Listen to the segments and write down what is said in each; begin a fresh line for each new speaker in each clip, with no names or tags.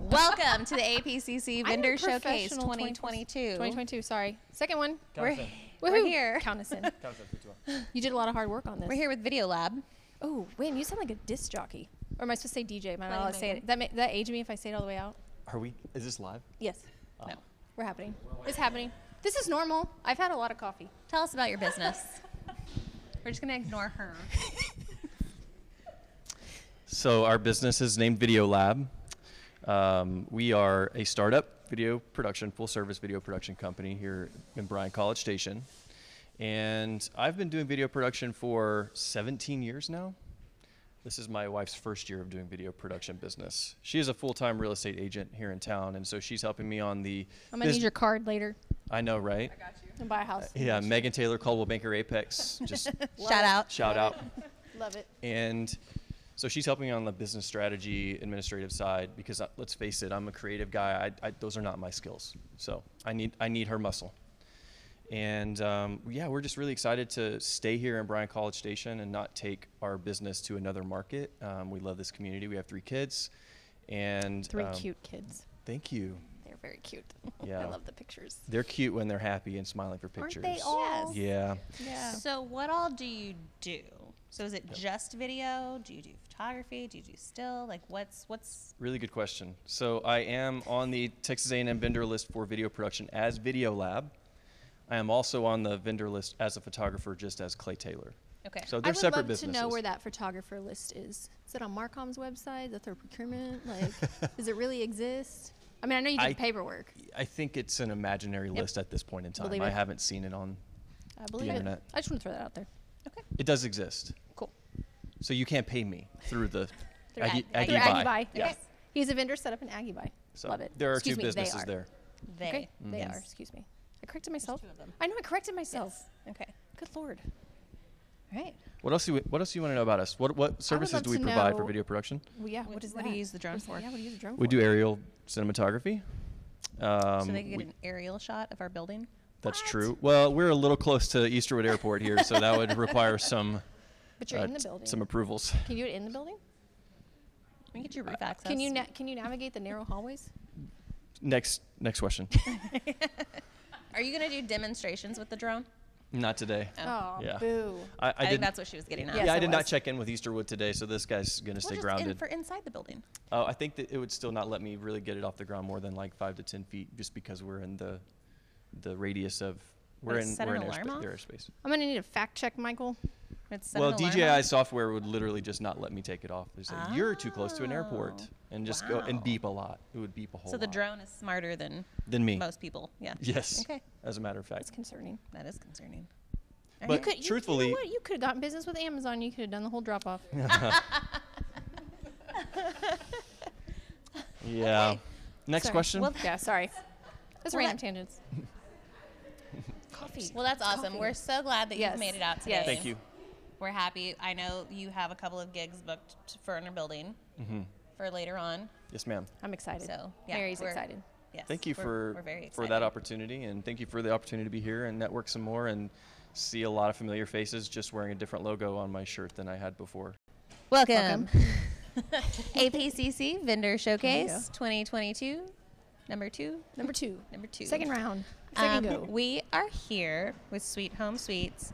Welcome to the APCC
I'm a
Vendor Showcase
professional
2022.
2022, sorry. Second one.
We're,
Count us in.
we're
Woohoo.
here.
Count us in.
Count us in, three, two, one.
You did a lot of hard work on this.
We're here with Video Lab.
Oh, Win, you sound like a disc jockey. Or am I supposed to say DJ? Am I not
Playing
allowed to say
Megan.
it? That, ma- that age me if I say it all the way out?
Are we? Is this live?
Yes.
Oh.
No.
We're happening. It's happening. This is normal. I've had a lot of coffee.
Tell us about your business. we're just going to ignore her.
So our business is named Video Lab. Um, we are a startup video production, full service video production company here in Bryan College Station. And I've been doing video production for 17 years now. This is my wife's first year of doing video production business. She is a full time real estate agent here in town, and so she's helping me on the.
I'm going to
bus-
need your card later
I know, right?
and buy a house.
Uh, Yeah, Megan Taylor, Caldwell Banker Apex. Just
Shout out.
shout out.
Love it.
And so she's helping me on the business strategy, administrative side because uh, let's face it, I'm a creative guy. I, I, those are not my skills. So I need I need her muscle. And um, yeah, we're just really excited to stay here in Bryan College Station and not take our business to another market. Um, we love this community. We have three kids, and
Three
um,
cute kids.
Thank you.
They're very cute. I
Yeah.
love the pictures.
They're cute when they're happy and smiling for pictures.
Aren't they all?
Yeah.
Yeah.
So, what all do you do? So, is it just video? Do you do photography? Do you do still? Like, what's what's
Really good question. So I am on the Texas A&M vendor list for video production as Video Lab. I am also on the vendor list as a photographer, just as Clay Taylor.
okay?
So
I
they're
would
separate
love
businesses.
to know where that photographer list is. Is it on Marcom's website? Is that their procurement? Like, does it really exist? I mean, I know you did
I-
paperwork.
I think it's an imaginary list at this point in time.
Believe
I
it.
haven't seen it on.
I believe it.
internet.
I just want to throw that out there.
okay.
It does exist.
Cool.
So you can't pay me through the
Through
Aggie,
Ag-
Aggie
Through
Buy.
Aggie Buy.
Yeah.
Okay. He's a vendor set up in Aggie Buy.
So
Love it.
There are
Excuse
two
me, they
businesses
are.
there.
They.
Okay.
Mm-hmm.
They
Yes.
are. Excuse me. I corrected myself.
two of them.
I know I corrected myself.
Okay.
Good lord. All right.
What else do you, What else do you want to know about us? What What services
love
do we
to
provide for
know-
video production?
Well, yeah.
What-
What is
what
that?
do you use the drone
What is that?
for?
Yeah. What do you use the drone for?
We do aerial cinematography. Um,
so they could get
we-
an aerial shot of our building.
That's
What?
true. Well, we're a little close to Easterwood Airport here, so that would require some
But you're
uh,
in the
t-
building.
some approvals.
Can you do it in the building?
We get your roof access.
Can you na- can you navigate the narrow hallways?
Next next question.
Are you gonna do demonstrations with the drone?
not today.
Oh,
Yeah.
boo.
I, I,
I, think
didn't.
that's what she was getting at.
yeah,
Yes,
I
it
did not
was.
check in with Easterwood today, so this guy's gonna
Well,
stay
just In
grounded.
for inside the building.
oh, I think that it would still not let me really get it off the ground more than like five to ten feet, just because we're in the the radius of we're
Like
in
set
we're
an
in
alarm
airspa-
off?
their airspace.
I'm gonna need a fact check, Michael.
It's set an
Well,
alarm
DJI
off.
software would literally just not let me take it off. They say you're too close to an airport,
Oh,
and just go
wow.
and beep a lot. It would beep a whole.
So the
lot.
drone is smarter than
than me.
most people. Yeah.
Yes.
Okay.
As a matter of fact.
That's concerning.
That is concerning.
But
Could, you-
truthfully,
you, know what? you could have gotten business with Amazon. You could have done the whole drop off.
yeah. Next
Sorry.
question.
Well, yeah, sorry. That's
Well,
random
that-
tangents.
Well, that's awesome. We're so glad that
Yes.
you've made it out today.
Yes.
Thank you.
We're happy. I know you have a couple of gigs booked t- for inner building
Mm-hmm.
for later on.
Yes, ma'am.
I'm excited.
So, yeah,
Mary's
we're-
excited.
Yes.
Thank you
we're-
for
we're very
for
excited.
that opportunity, and thank you for the opportunity to be here and network some more and see a lot of familiar faces. Just wearing a different logo on my shirt than I had before.
Welcome. APCC Vendor Showcase 2022, number two.
Number two.
Number two.
Second round. Second
Um,
go.
We are here with Sweet Home Sweets,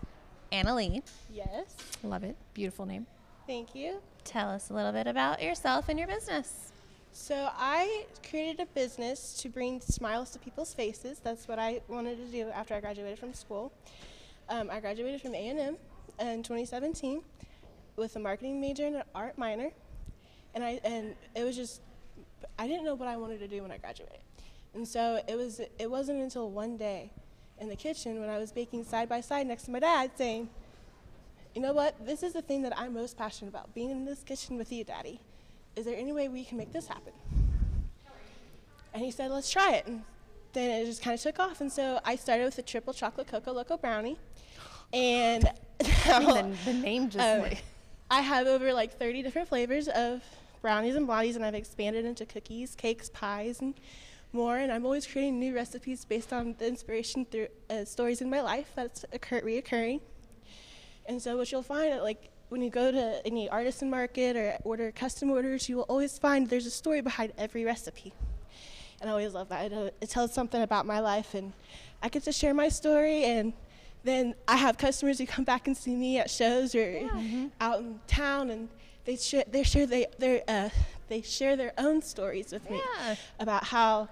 Annalie.
Yes.
Love it. Beautiful name.
Thank you.
Tell us a little bit about yourself and your business.
So I created a business to bring smiles to people's faces. That's what I wanted to do after I graduated from school. Um, I graduated from A&M in 2017 with a marketing major and an art minor, and I and it was just I didn't know what I wanted to do when I graduated, and so it was it wasn't until one day in the kitchen when I was baking side by side next to my dad saying, You know what? This is the thing that I'm most passionate about being in this kitchen with you, Daddy. Is there any way we can make this happen? And he said, Let's try it. And then it just kind of took off. And so I started with a triple chocolate cocoa loco brownie. And now
the, the name just
um,
like.
I have over like 30 different flavors of brownies and blotties, and I've expanded into cookies, cakes, pies, and more. And I'm always creating new recipes based on the inspiration through uh, stories in my life that's occur- reoccurring. And so what you'll find, uh, like when you go to any artisan market or order custom orders, you will always find there's a story behind every recipe. And I always love that. It, uh, it tells something about my life, and I get to share my story. And then I have customers who come back and see me at shows or
Mm-hmm.
out in town, and they share they share they their uh, they share their own stories with me
Yeah.
about how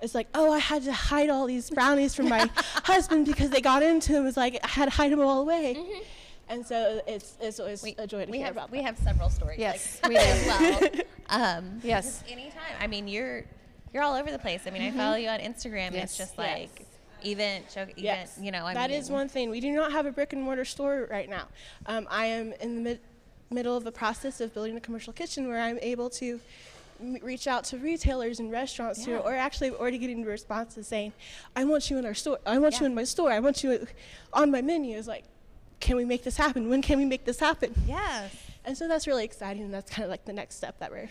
it's like, oh, I had to hide all these brownies from my husband because they got into him. It's like I had to hide them all away. And so it's, it's always a joy to
Mm-hmm. we
hear
have
about
we
that.
have several stories.
Yes,
like,
we
as well. Um,
Yes.
anytime. I mean, you're you're all over the place. I mean,
Mm-hmm.
I follow you on Instagram. It's
Yes.
just
Yes.
like event, show, event.
Yes.
You know, I
That
mean,
is one thing. We do not have a brick and mortar store right now. Um, I am in the mid- middle of the process of building a commercial kitchen where I'm able to m- reach out to retailers and restaurants who
Yeah.
are or actually already getting responses saying, "I want you in our store. I want you
Yeah.
in my store. I want you uh, on my menu." It's like, can we make this happen? When can we make this happen?
Yes.
And so that's really exciting, and that's kind of like the next step that we're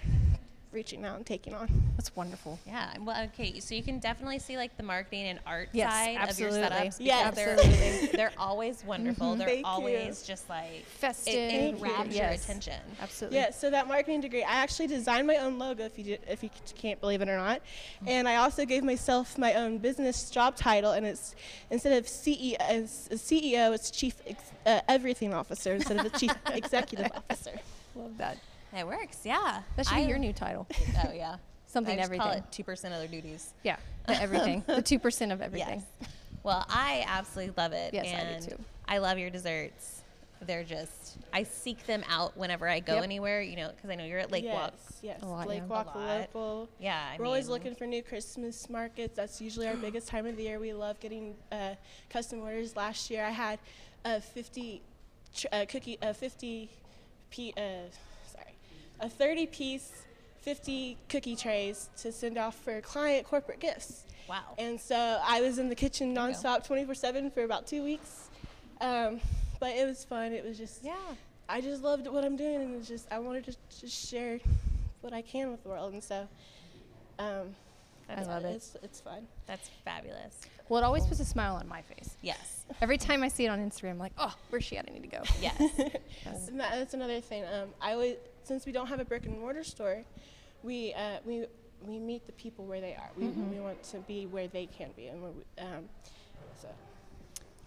reaching out and taking on.
That's wonderful.
Yeah. Well, okay. So you can definitely see like the marketing and art
Yes,
side of your
absolutely.
setups.
Yes.
because They're,
Absolutely. Mm-hmm.
they're always wonderful. They're
Thank you.
always just like
Festive.
It, it
Thank you.
grabs your
Yes.
attention.
Absolutely.
Yeah, so that marketing degree, I actually designed my own logo, if you did, if you c- can't believe it or not, and I also gave myself my own business job title, and it's instead of E CEO, it's CEO, E it's Chief Ex- uh, Everything Officer instead of the Chief Executive Officer.
Love that.
It works. Yeah.
That should
I-
be your new title.
Oh yeah.
Something
I just Call it
everything.
two percent other duties.
Yeah. The everything. the two percent of everything.
Yes. Well, I absolutely love it.
Yes, I do
and
too.
I love your desserts. They're just I seek them out whenever I go
Yep.
anywhere. You know, because I know you're at Lake
yes,
Walk.
Yes,
A lot,
Lake
yeah.
Walk
A lot.
local.
Yeah. I
We're always
mean,
looking for new Christmas markets. That's usually our biggest time of the year. We love getting uh, custom orders. Last year, I had uh, 50 tr- uh, cookie, uh, 50, p- uh, sorry, a 30 piece, 50 cookie trays to send off for client corporate gifts.
Wow.
And so I was in the kitchen
There you go.
nonstop, 24 7 for about two weeks. Um, but it was fun. It was just,
Yeah.
I just loved what I'm doing, and it's just I wanted to just share what I can with the world, and so um,
That's
love it.
It's it's fun.
That's fabulous.
Well, it always puts a smile on my face.
Yes.
Every time I see it on Instagram, I'm like, oh, where's she at? I need to go.
Yes.
And that, that's another thing. Um, I always since we don't have a brick and mortar store, we uh, we we meet the people where they are. We,
Mm-hmm.
we want to be where they can be, and where we, um, so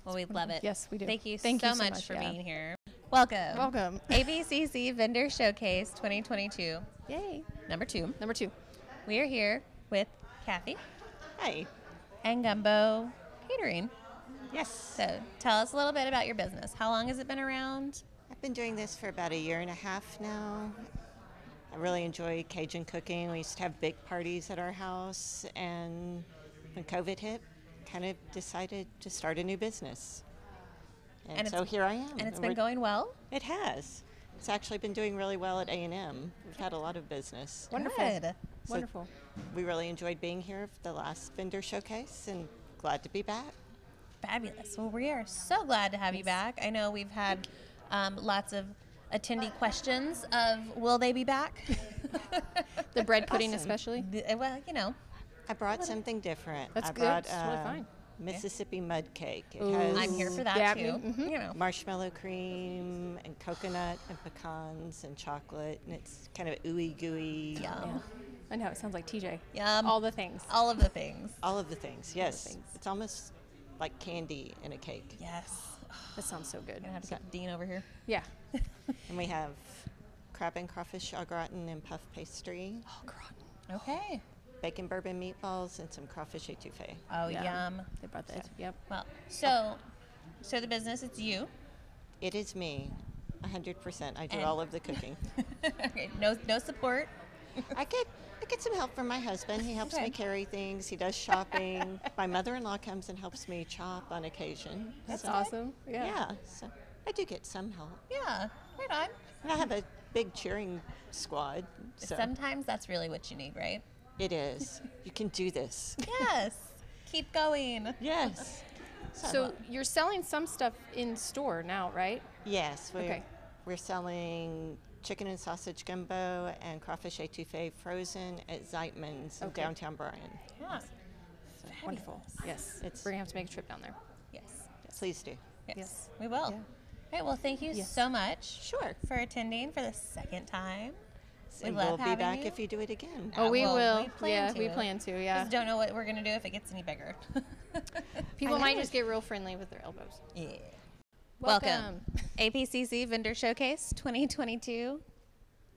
Well, we love it.
Yes, we do.
Thank you,
Thank
so,
you so
much,
much,
for
yeah.
being here. Welcome.
Welcome.
ABCC Vendor Showcase 2022,
Yay.
number two.
Number two.
We are here with Kathy
Hi.
and Gumbo Catering.
Yes.
So tell us a little bit about your business. How long has it been around?
I've been doing this for about a year and a half now. I really enjoy Cajun cooking. We used to have big parties at our house, and when COVID hit, kind of decided to start a new business. And,
And it's-
so here I
Oh,
am.
And it's been
we're-
going well.
It has. It's actually been doing really well at A&M. We've had a lot of business.
Wonderful.
Good.
So
Wonderful.
we really enjoyed being here for the last vendor showcase, and glad to be back.
Fabulous. Well, we are so glad to have you back. I know we've had um, lots of attendee questions of will they be back?
The bread pudding,
Awesome.
especially.
The- well, you know,
I brought something different.
That's
I
good.
brought
It's totally
uh,
fine.
Mississippi mud cake. It
Ooh.
has
I'm here for that
Yeah, I
too.
mean, mhm.
You know,
marshmallow cream and coconut and pecans and chocolate, and it's kind of ooey gooey.
yum.
I know it sounds like TJ.
Yum.
All the things.
All of the things.
All of the things. Yes,
things.
it's almost like candy in a cake.
Yes.
That sounds so good.
Gonna have to get Dean over here.
Yeah.
And we have crab and crawfish au gratin and puff pastry,
Oh,
Okay.
bacon bourbon meatballs, and some crawfish etouffee.
Oh,
Yeah.
yum.
They brought that. Yep.
Well, so, so the business, it's you.
It is me, 100%. I do
And-
all of the cooking.
okay. No, no support.
I get I get some help from my husband. He helps
Okay.
me carry things. He does shopping. my mother-in-law comes and helps me chop on occasion.
That's
So-
awesome. Yeah.
Yeah. so I do get some help.
Yeah. Right on.
And I have a big cheering squad. So
Sometimes that's really what you need, right?
it is. You can do this.
Yes. Keep going.
Yes.
So you're selling some stuff in store now, right?
yes, we're
Okay.
we're selling chicken and sausage gumbo and crawfish etouffee frozen at Zeitman's in
Okay.
downtown Bryan.
Yeah.
Wonderful. Yes.
It's-
We're gonna have to make a trip down there.
Yes.
Please do.
Yes.
Yes.
We will. All right. Well, thank you
Yes.
so much
Sure.
for attending for the second time. We
and
love
we'll be
having
back
you.
if you do it again.
Oh, we
Uh, well,
will.
we plan
yeah, we
to.
plan to. Yeah.
Just don't know what we're gonna do if it gets any bigger.
People
I
might
know.
just get real friendly with their elbows.
yeah. Welcome. APCC Vendor Showcase 2022,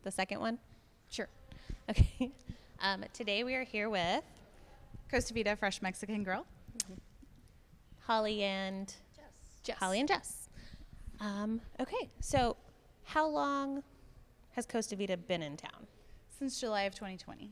the second one.
Sure.
Okay. Um, today we are here with
Costa Vida Fresh Mexican Grill.
Holly and
Jess.
Holly and Jess. Um, okay. So, how long has Costa Vida been in town?
Since July of 2020.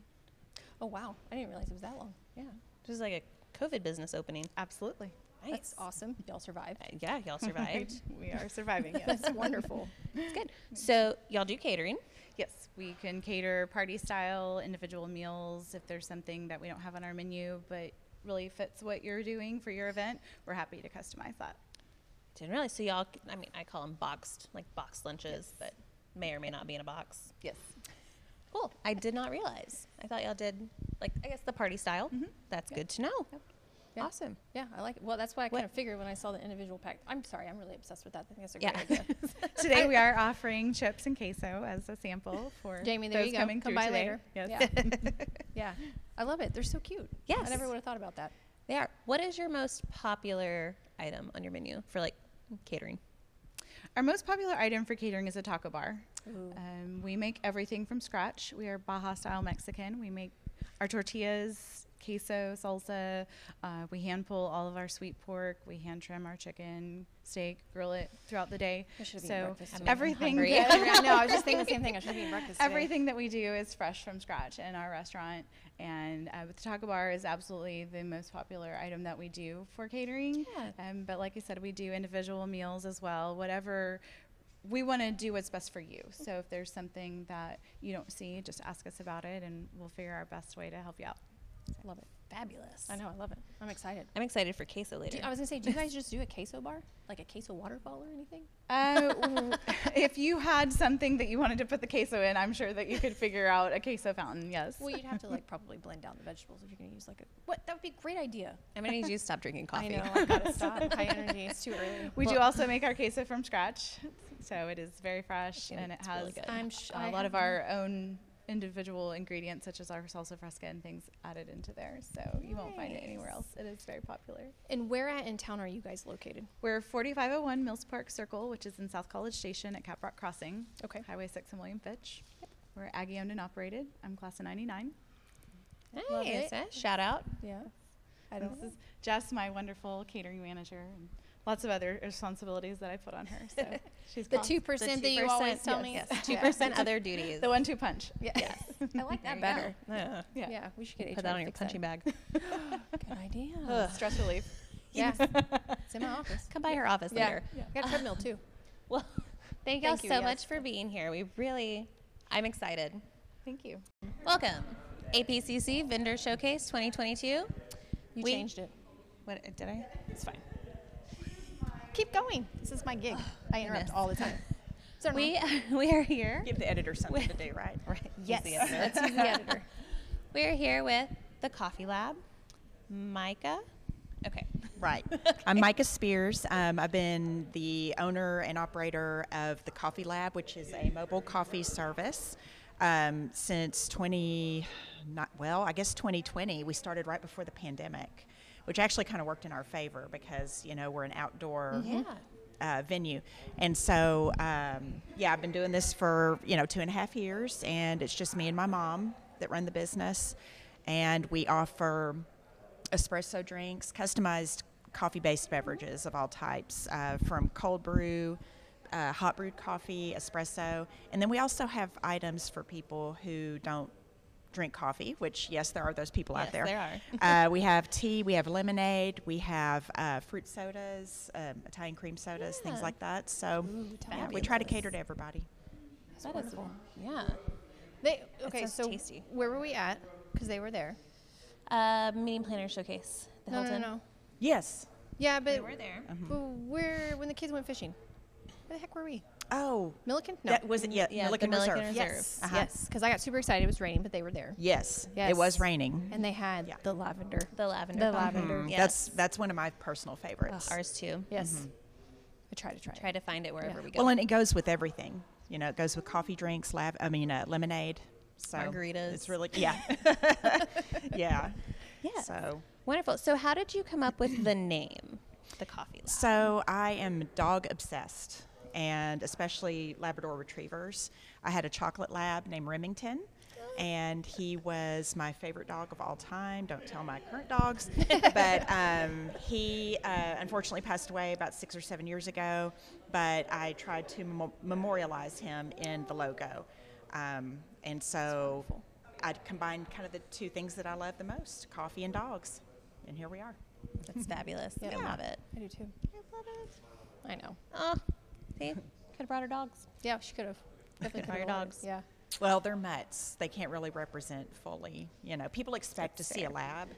Oh wow, I didn't realize it was that long.
Yeah, this is like a COVID business opening.
Absolutely.
Nice.
That's awesome. Y'all survived.
Uh, Yeah, y'all survived.
We are surviving, yes.
That's wonderful.
It's good. So y'all do catering.
yes, we can cater party style, individual meals if there's something that we don't have on our menu, but really fits what you're doing for your event. We're happy to customize that.
Didn't realize. So y'all, I mean, I call them boxed, like boxed lunches, but may or may not be in a box.
Yes.
Cool. I did not realize. I thought y'all did, like, I guess the party style. That's good to know.
Yeah.
Awesome.
Yeah, I like it. Well, that's why I
What-
kind of figured when I saw the individual pack. I'm sorry, I'm really obsessed with that. I think that's a
Yeah.
great idea.
Today we are offering chips and queso as a sample for
Jamie, there
those
you go.
coming
Come
through
by
today.
later.
Yes.
Yeah. yeah, I love it. They're so cute.
Yes.
I never would have thought about that.
They are. What is your most popular item on your menu for like catering?
Our most popular item for catering is a taco bar. Um, we make everything from scratch. We are Baja style Mexican. We make our tortillas, queso, salsa. Uh, we hand pull all of our sweet pork. We hand trim our chicken, steak, grill it throughout the day.
I should've eaten
so
breakfast today. I'm
everything,
hungry.
that-
I know. I was just thinking the same thing. I should be eating breakfast. today.
everything that we do is fresh from scratch in our restaurant. And uh, the taco bar is absolutely the most popular item that we do for catering.
Yeah.
Um, but like I said, we do individual meals as well. Whatever we want to do what's best for you. So if there's something that you don't see, just ask us about it, and we'll figure our best way to help you out. Um,
Love it.
Fabulous.
I know. I love it. I'm excited.
I'm excited for queso later.
Do, I was gonna say, do you guys just do a queso bar, like a queso waterfall or anything?
Uh, w- if you had something that you wanted to put the queso in, I'm sure that you could figure out a queso fountain. Yes.
Well, you'd have to like probably blend down the vegetables if you're gonna use like a. What? That would be a great idea.
I'm gonna need you to stop drinking coffee.
I know. I gotta stop. High energy. It's too early.
We do also make our queso from scratch, so it is very fresh and it
it's
has
really good.
I'm sh-
a
I
lot of
have-
our own individual ingredients, such as our salsa fresca and things added into there. So you won't find it anywhere else. It is very popular.
And where at in town are you guys located?
We're 4501 Mills Park Circle, which is in South College Station at Caprock Crossing,
Okay.
Highway 6 and William Fitch. We're Aggie owned and operated. I'm class of 99.
Love
Nice.
it.
eh? Shout out.
Yeah. I
And
don't.
this is Jess, my wonderful catering manager, and lots of other responsibilities that I put on her. So she's
The
class-
two percent that you
2%,
always tell
yes,
me.
yes.
Two percent other duties.
the one two punch.
Yeah. I like that better.
better. Yeah.
Yeah. we should get HR
Put that
to
on your
fix
punching bag.
Good idea.
Stress relief.
Yeah. it's in my office.
Come by her office
Yeah.
later.
I got a treadmill too.
Well, thank y'all
Thank you,
so
yes.
much for being here. We really, I'm excited.
Thank you.
Welcome, APCC Vendor Showcase 2022.
You
We-
changed it.
What did I? It's fine.
Keep going. This is my gig. I interrupt
goodness.
all the time. Sorry,
We we are here.
Give the editor something today, right?
Right.
Yes.
Easy, isn't it?
Let's use the editor.
we are here with the Coffee Lab, Micah. Okay.
Right. I'm Micah Spears. Um, I've been the owner and operator of the Coffee Lab, which is a mobile coffee service, um, since 20, not well, I guess 2020. We started right before the pandemic, which actually kind of worked in our favor because you know we're an outdoor uh, venue. And so, um, yeah, I've been doing this for, you know, two and a half years, and it's just me and my mom that run the business. And we offer espresso drinks, customized coffee based beverages of all types, uh, from cold brew. Uh, hot brewed coffee, espresso, and then we also have items for people who don't drink coffee. Which, yes, there are those people
Yes,
out there.
there are.
Uh, we have tea, we have lemonade, we have uh, fruit sodas, um, Italian cream sodas, things like that. So yeah, we try to cater to everybody.
That's
That is
wonderful.
Yeah.
They okay.
sounds
so
tasty.
where were we at? Because they were there.
Uh, meeting planner showcase. The
No, no, no,
Hilton.
no.
Yes.
Yeah, but Um,
We're there.
but where when the kids went fishing? Where the heck were we?
Oh,
Milliken? No.
that was it. Yeah,
Yeah, the
Milliken
Milliken
Reserve.
Reserve.
yes,
Uh-huh.
yes. Because I got super excited. It was raining, but they were there.
Yes.
Yes.
It was raining.
And they had
Yeah.
the lavender.
The lavender.
The
bar.
lavender.
Mm,
yes.
That's that's one of my personal favorites.
Ours too.
Yes. try to try,
Try
it.
to find it wherever we go.
Well, and it goes with everything. You know, it goes with coffee drinks, lab. I mean, uh, lemonade. So
Margaritas.
It's really yeah, yeah.
yeah.
So
Wonderful. So, how did you come up with the name, the coffee lab?
so I am dog obsessed, and especially Labrador retrievers. I had a chocolate lab named Remington. And he was my favorite dog of all time. Don't tell my current dogs, but um, he uh, unfortunately passed away about six or seven years ago. But I tried to mem- memorialize him in the logo. Um, and so I combined kind of the two things that I love the most coffee and dogs. And here we are.
That's fabulous. I love it.
I do too. I know.
Oh, see, could have brought her dogs.
Yeah, she could have. Definitely
Fire
coulda loved it.
dogs.
Yeah.
Well, they're mutts. They can't really represent fully. You know, people expect to see a lab,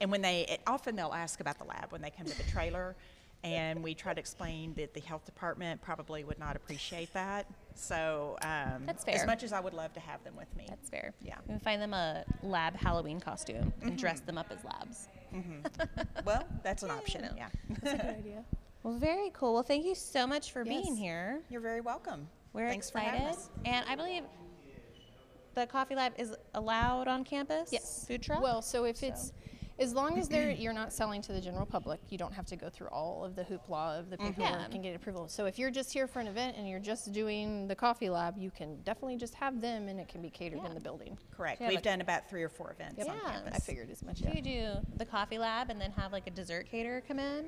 and when they it, often they'll ask about the lab when they come to the trailer, and we try to explain that the health department probably would not appreciate that. So um,
That's
As
fair.
much as I would love to have them with me,
That's fair.
Yeah.
We can find them a lab Halloween costume and dress them up as labs.
well, that's an option.
know.
Yeah,
Good idea.
Well, very cool. Well, thank you so much for being
Yes.
here.
you're very welcome.
We're
Thanks for having
excited.
us.
and I believe the coffee lab is allowed on campus.
Yes.
Food truck.
Well, so if it's as long as they're you're not selling to the general public, you don't have to go through all of the hoopla of the paperwork
Yeah.
and get approval. So if you're just here for an event and you're just doing the coffee lab, you can definitely just have them and it can be catered in the building.
Correct.
Yeah,
We've
like-
done about three or four events on
Yeah.
campus.
I figured as much.
So
Yeah.
you do the coffee lab and then have like a dessert caterer come in.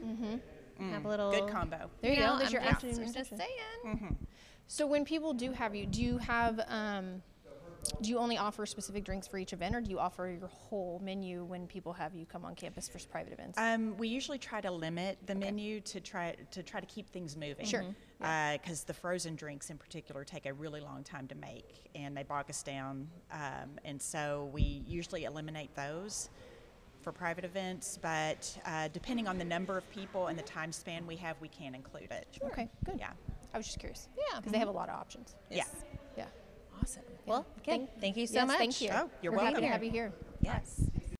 Mm-hmm. Have a little
Good combo.
There you,
know,
go. There's
I'm
your
just-
afternoon
I'm just
reception.
saying.
So when people do have you, do you have um, do you only offer specific drinks for each event, or do you offer your whole menu when people have you come on campus for private events?
Um, we usually try to limit the menu to try to try to keep things moving.
Sure. Mhm.
Because the frozen drinks in particular take a really long time to make, and they bog us down. Um, and so we usually eliminate those for private events. But uh, depending on the number of people and the time span we have, we can include it.
Okay, good.
Yeah.
I was just curious.
Yeah.
because they have a lot of options.
Yeah.
Yes.
Yeah.
Awesome. Well, again, thank, you so
Yes,
much.
Thank you.
Oh, you're
We're happy
welcome.
to have you here.
Yes.